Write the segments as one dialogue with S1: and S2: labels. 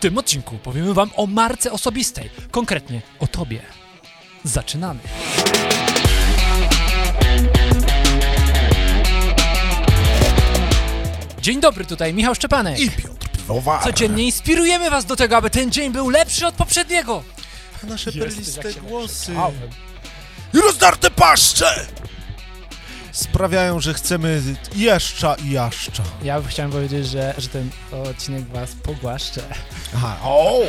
S1: tym odcinku powiemy Wam o marce osobistej, konkretnie o Tobie. Zaczynamy! Dzień dobry, tutaj Michał Szczepanek.
S2: i Piotr Piwowar.
S1: Codziennie inspirujemy Was do tego, aby ten dzień był lepszy od poprzedniego.
S3: Nasze perliste głosy
S2: I rozdarte paszcze!
S3: sprawiają, że chcemy jaszcza i jaszcza.
S4: Ja chciałem powiedzieć, że, że ten odcinek was pogłaszcze.
S3: Aha,
S2: O!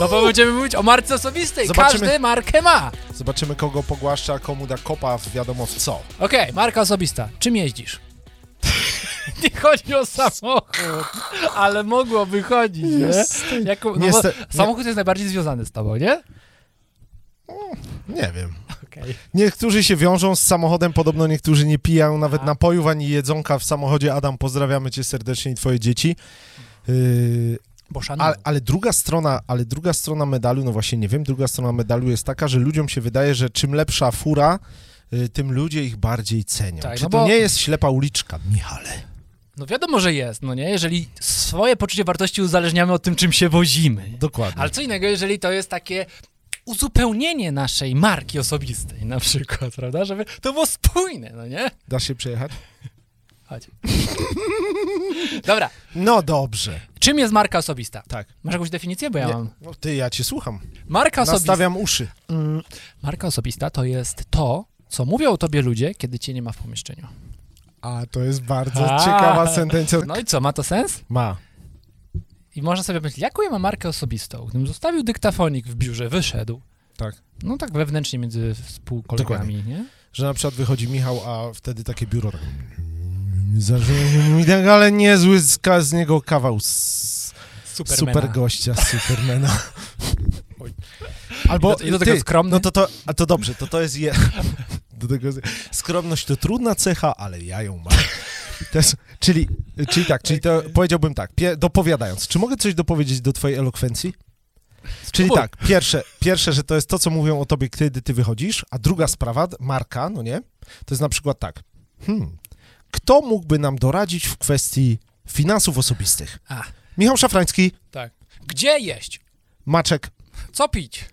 S1: No bo będziemy mówić o marce osobistej.
S3: Zobaczymy.
S1: Każdy markę ma.
S3: zobaczymy kogo pogłaszcza, a komu da kopa w wiadomo w co.
S1: Okej, marka osobista. Czym jeździsz? nie chodzi o samochód, ale mogłoby chodzić, nie? Jako, no bo
S3: Niestety- nie.
S1: samochód jest najbardziej związany z tobą, nie?
S3: Nie wiem.
S1: Okej.
S3: Niektórzy się wiążą z samochodem, podobno niektórzy nie pijają nawet napojów ani jedzonka w samochodzie. Adam, pozdrawiamy cię serdecznie i twoje dzieci. Yy,
S1: Bo szanuję.
S3: ale, ale druga strona, ale druga strona medalu, no właśnie nie wiem, druga strona medalu jest taka, że ludziom się wydaje, że czym lepsza fura, yy, tym ludzie ich bardziej cenią.
S1: Tak,
S3: Czy
S1: no
S3: to
S1: bo-
S3: nie jest ślepa uliczka, Michale?
S1: No wiadomo, że jest, no nie? Jeżeli swoje poczucie wartości uzależniamy od tym, czym się wozimy.
S3: Dokładnie.
S1: Ale co innego, jeżeli to jest takie uzupełnienie naszej marki osobistej na przykład, prawda? Żeby to było spójne, no nie?
S3: Da się przejechać?
S1: Chodź. Dobra,
S3: No dobrze.
S1: czym jest marka osobista?
S3: Tak.
S1: Masz jakąś definicję? Bo ja mam.
S3: No ty, ja cię słucham.
S1: Marka osobista.
S3: Nastawiam uszy.
S1: Mm, Marka osobista to jest to, co mówią o tobie ludzie, kiedy cię nie ma w pomieszczeniu.
S3: A, to jest bardzo
S1: A.
S3: ciekawa sentencja.
S1: No i co, ma to sens?
S3: Ma.
S1: I można sobie myśleć, jaką ja mam markę osobistą? Gdybym zostawił dyktafonik w biurze, wyszedł.
S3: Tak.
S1: No tak wewnętrznie między współkolegami, nie?
S3: Że na przykład wychodzi Michał, a wtedy takie biuro tak... Zarzucił mi tak, ale niezły z, ka- z niego kawał s-
S1: Supermana.
S3: super gościa, supermana. Albo
S1: I do- i do tego
S3: ty,
S1: skromny?
S3: No to, to, a to dobrze, to to jest... Je... Do tego... Skromność to trudna cecha, ale ja ją mam. Też, czyli, czyli tak, czyli to powiedziałbym tak, pie, dopowiadając, czy mogę coś dopowiedzieć do twojej elokwencji? Czyli
S1: Spróbuj.
S3: tak, pierwsze, pierwsze, że to jest to, co mówią o tobie, kiedy ty wychodzisz, a druga sprawa, marka, no nie, to jest na przykład tak, hmm, kto mógłby nam doradzić w kwestii finansów osobistych?
S1: A.
S3: Michał Szafrański,
S1: Tak. Gdzie jeść?
S3: Maczek,
S1: Co pić?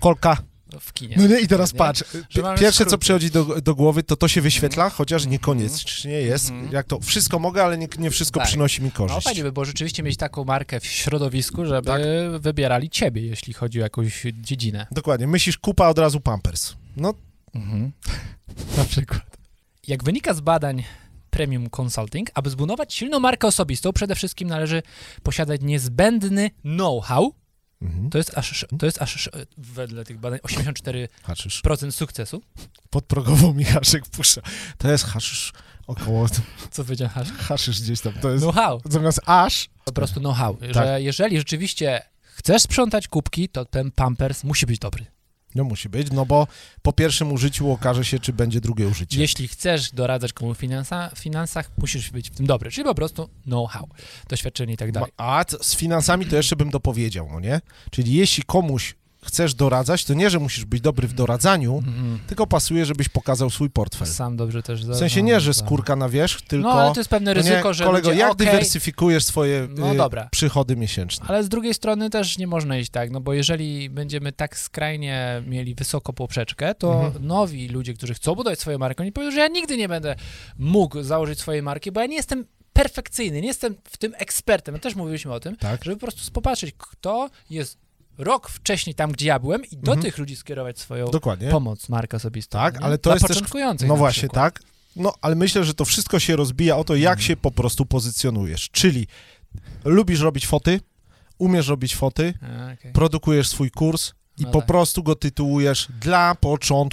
S3: Kolka.
S1: No, W kinie.
S3: No nie, i teraz
S1: Nie?
S3: patrz,
S1: Że mamy
S3: pierwsze, co
S1: skróty.
S3: przychodzi do, do głowy, to to się wyświetla, chociaż niekoniecznie jest,
S1: Mhm.
S3: jak to, wszystko mogę, ale nie, nie wszystko
S1: Tak.
S3: przynosi mi
S1: No
S3: korzyść.
S1: fajnie by było rzeczywiście mieć taką markę w środowisku, żeby
S3: Tak.
S1: wybierali ciebie, jeśli chodzi o jakąś dziedzinę.
S3: Dokładnie, myślisz kupa od razu Pampers. No,
S1: Na przykład. Jak wynika z badań Premium Consulting, aby zbudować silną markę osobistą, przede wszystkim należy posiadać niezbędny know-how.
S3: mhm.
S1: To jest aż, to jest aż wedle tych badań 84%
S3: haszysz.
S1: sukcesu.
S3: Podprogowo mi haszyk pusza. To jest haszysz około,
S1: Co powiedziałem?
S3: haszysz gdzieś tam, to jest,
S1: Know-how.
S3: zamiast aż,
S1: Po prostu know-how.
S3: Tak.
S1: Że jeżeli rzeczywiście chcesz sprzątać kubki, to ten Pampers musi być dobry.
S3: no musi być, no bo po pierwszym użyciu okaże się, czy będzie drugie użycie.
S1: Jeśli chcesz doradzać komuś w finansa, finansach, musisz być w tym dobry. Czyli po prostu know-how, doświadczenie i tak
S3: Ma-
S1: dalej.
S3: A t- z finansami to jeszcze bym dopowiedział, no nie? Czyli jeśli komuś chcesz doradzać, to nie, że musisz być dobry w doradzaniu,
S1: Mhm.
S3: tylko pasuje, żebyś pokazał swój portfel.
S1: Sam dobrze też
S3: W sensie nie, że
S1: zarządzam.
S3: skórka na wierzch, tylko...
S1: No, ale to jest pewne
S3: no nie,
S1: ryzyko, że
S3: Kolego,
S1: ludzie,
S3: jak
S1: okej,
S3: dywersyfikujesz swoje
S1: No
S3: y,
S1: dobra.
S3: przychody miesięczne?
S1: Ale z drugiej strony też nie można iść tak, no bo jeżeli będziemy tak skrajnie mieli wysoko poprzeczkę, to
S3: Mhm.
S1: nowi ludzie, którzy chcą budować swoją markę, oni powiedzą, że ja nigdy nie będę mógł założyć swojej marki, bo ja nie jestem perfekcyjny, nie jestem w tym ekspertem. My też mówiliśmy o tym,
S3: Tak.
S1: żeby po prostu popatrzeć, kto jest rok wcześniej tam, gdzie ja byłem i do
S3: Mhm.
S1: tych ludzi skierować swoją
S3: Dokładnie.
S1: pomoc, markę osobistą.
S3: Tak,
S1: nie?
S3: ale to
S1: Dla
S3: jest też-
S1: początkujących
S3: No
S1: na
S3: właśnie,
S1: przykład. Mhm.
S3: tak. No, ale myślę, że to wszystko się rozbija o to, jak się po prostu pozycjonujesz. Czyli lubisz robić foty, umiesz robić foty,
S1: A, okej.
S3: produkujesz swój kurs i
S1: No
S3: po
S1: tak.
S3: prostu go tytułujesz dla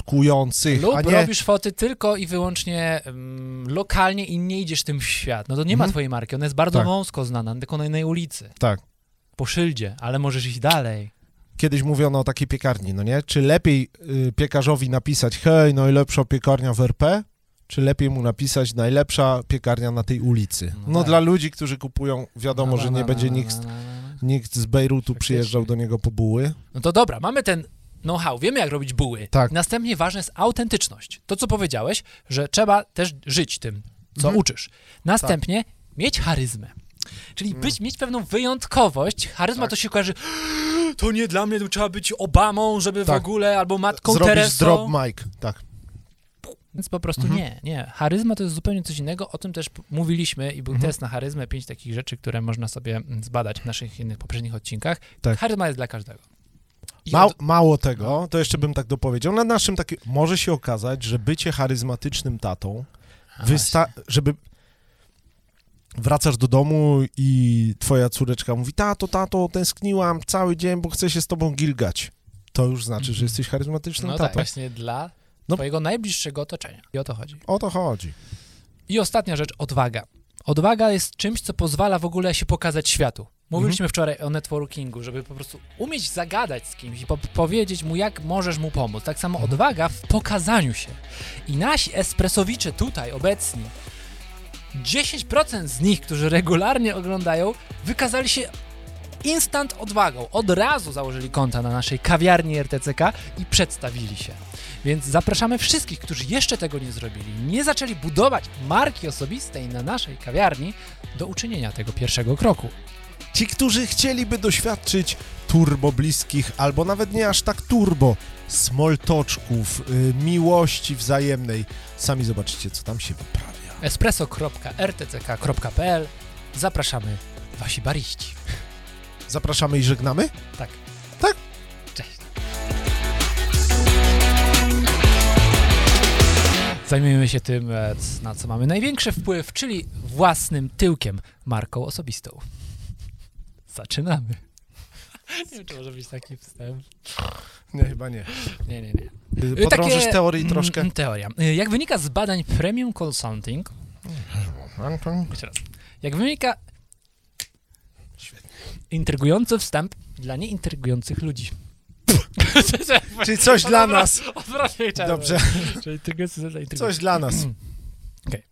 S3: początkujących, a
S1: Lub
S3: nie...
S1: robisz foty tylko i wyłącznie mm, lokalnie i nie idziesz tym w świat. No to nie ma
S3: Mhm.
S1: twojej marki, ona jest bardzo
S3: Tak.
S1: wąsko znana, tylko na jednej ulicy.
S3: Tak.
S1: Po szyldzie, ale możesz iść dalej.
S3: Kiedyś mówiono o takiej piekarni, no nie? Czy lepiej y, piekarzowi napisać hej, najlepsza piekarnia w RP, czy lepiej mu napisać najlepsza piekarnia na tej ulicy?
S1: No
S3: No
S1: tak.
S3: dla ludzi, którzy kupują, wiadomo,
S1: Na,
S3: że
S1: na,
S3: nie
S1: na,
S3: będzie
S1: na,
S3: nikt,
S1: na, na, na.
S3: nikt z Bejrutu
S1: Faktycznie.
S3: przyjeżdżał do niego po buły.
S1: No to dobra, mamy ten know-how, wiemy jak robić buły.
S3: Tak.
S1: Następnie ważna jest autentyczność. To, co powiedziałeś, że trzeba też żyć tym, co
S3: Mhm.
S1: uczysz. Następnie mieć charyzmę. Czyli być, mieć pewną wyjątkowość. Charyzma to się kojarzy, to nie dla mnie, to trzeba być Obamą, żeby w
S3: Tak.
S1: ogóle, albo matką
S3: Zrobisz
S1: Teresą.
S3: drop mic, tak.
S1: Więc po prostu
S3: Mhm.
S1: nie, nie. Charyzma to jest zupełnie coś innego, o tym też p- mówiliśmy i był
S3: Mhm.
S1: test na charyzmę, pięć takich rzeczy, które można sobie mm, zbadać w naszych innych poprzednich odcinkach.
S3: Tak.
S1: Charyzma jest dla każdego. I
S3: Mał,
S1: od-
S3: mało tego, to jeszcze bym tak dopowiedział. Na naszym takim. Może się okazać, że bycie charyzmatycznym tatą,
S1: A,
S3: wysta- żeby. Wracasz do domu i twoja córeczka mówi: Tato, tato, tęskniłam cały dzień, bo chcę się z tobą gilgać. To już znaczy, że jesteś charyzmatycznym
S1: Mhm. No tak,
S3: tatą.
S1: właśnie dla
S3: No.
S1: twojego najbliższego otoczenia. I o to chodzi.
S3: O to chodzi.
S1: I ostatnia rzecz, odwaga. Odwaga jest czymś, co pozwala w ogóle się pokazać światu. Mówiliśmy wczoraj o networkingu, żeby po prostu umieć zagadać z kimś i po powiedzieć mu, jak możesz mu pomóc. Tak samo odwaga w pokazaniu się. I nasi espresowicze tutaj obecni, 10% z nich, którzy regularnie oglądają, wykazali się instant odwagą. Od razu założyli konta na naszej kawiarni RTCK i przedstawili się. Więc zapraszamy wszystkich, którzy jeszcze tego nie zrobili, nie zaczęli budować marki osobistej na naszej kawiarni, do uczynienia tego pierwszego kroku.
S3: Ci, którzy chcieliby doświadczyć turbo bliskich, albo nawet nie aż tak turbo, smoltoczków, y, miłości wzajemnej, sami zobaczycie, co tam się wyprawia.
S1: espresso.rtck.pl Zapraszamy wasi bariści.
S3: Zapraszamy i żegnamy.
S1: Tak.
S3: Tak.
S1: Cześć. Zajmijmy się tym, e, c- na co mamy największy wpływ, czyli własnym tyłkiem, marką osobistą. Zaczynamy. Nie wiem, czy może być taki wstęp.
S3: Nie, chyba nie.
S1: Nie, nie, nie.
S3: Y, Podrążysz teorii troszkę?
S1: Mm, Teoria. Y, Jak wynika z badań Premium Consulting, jeszcze raz. Jak wynika... Intrygujący wstęp dla nieintrygujących ludzi.
S3: Czyli coś dla
S1: Dobra.
S3: nas.
S1: Odwrotnie chciałem
S3: Dobrze,
S1: powiedzieć. Czyli intrygujący dla intrygujących.
S3: coś dla nas.
S1: Okej.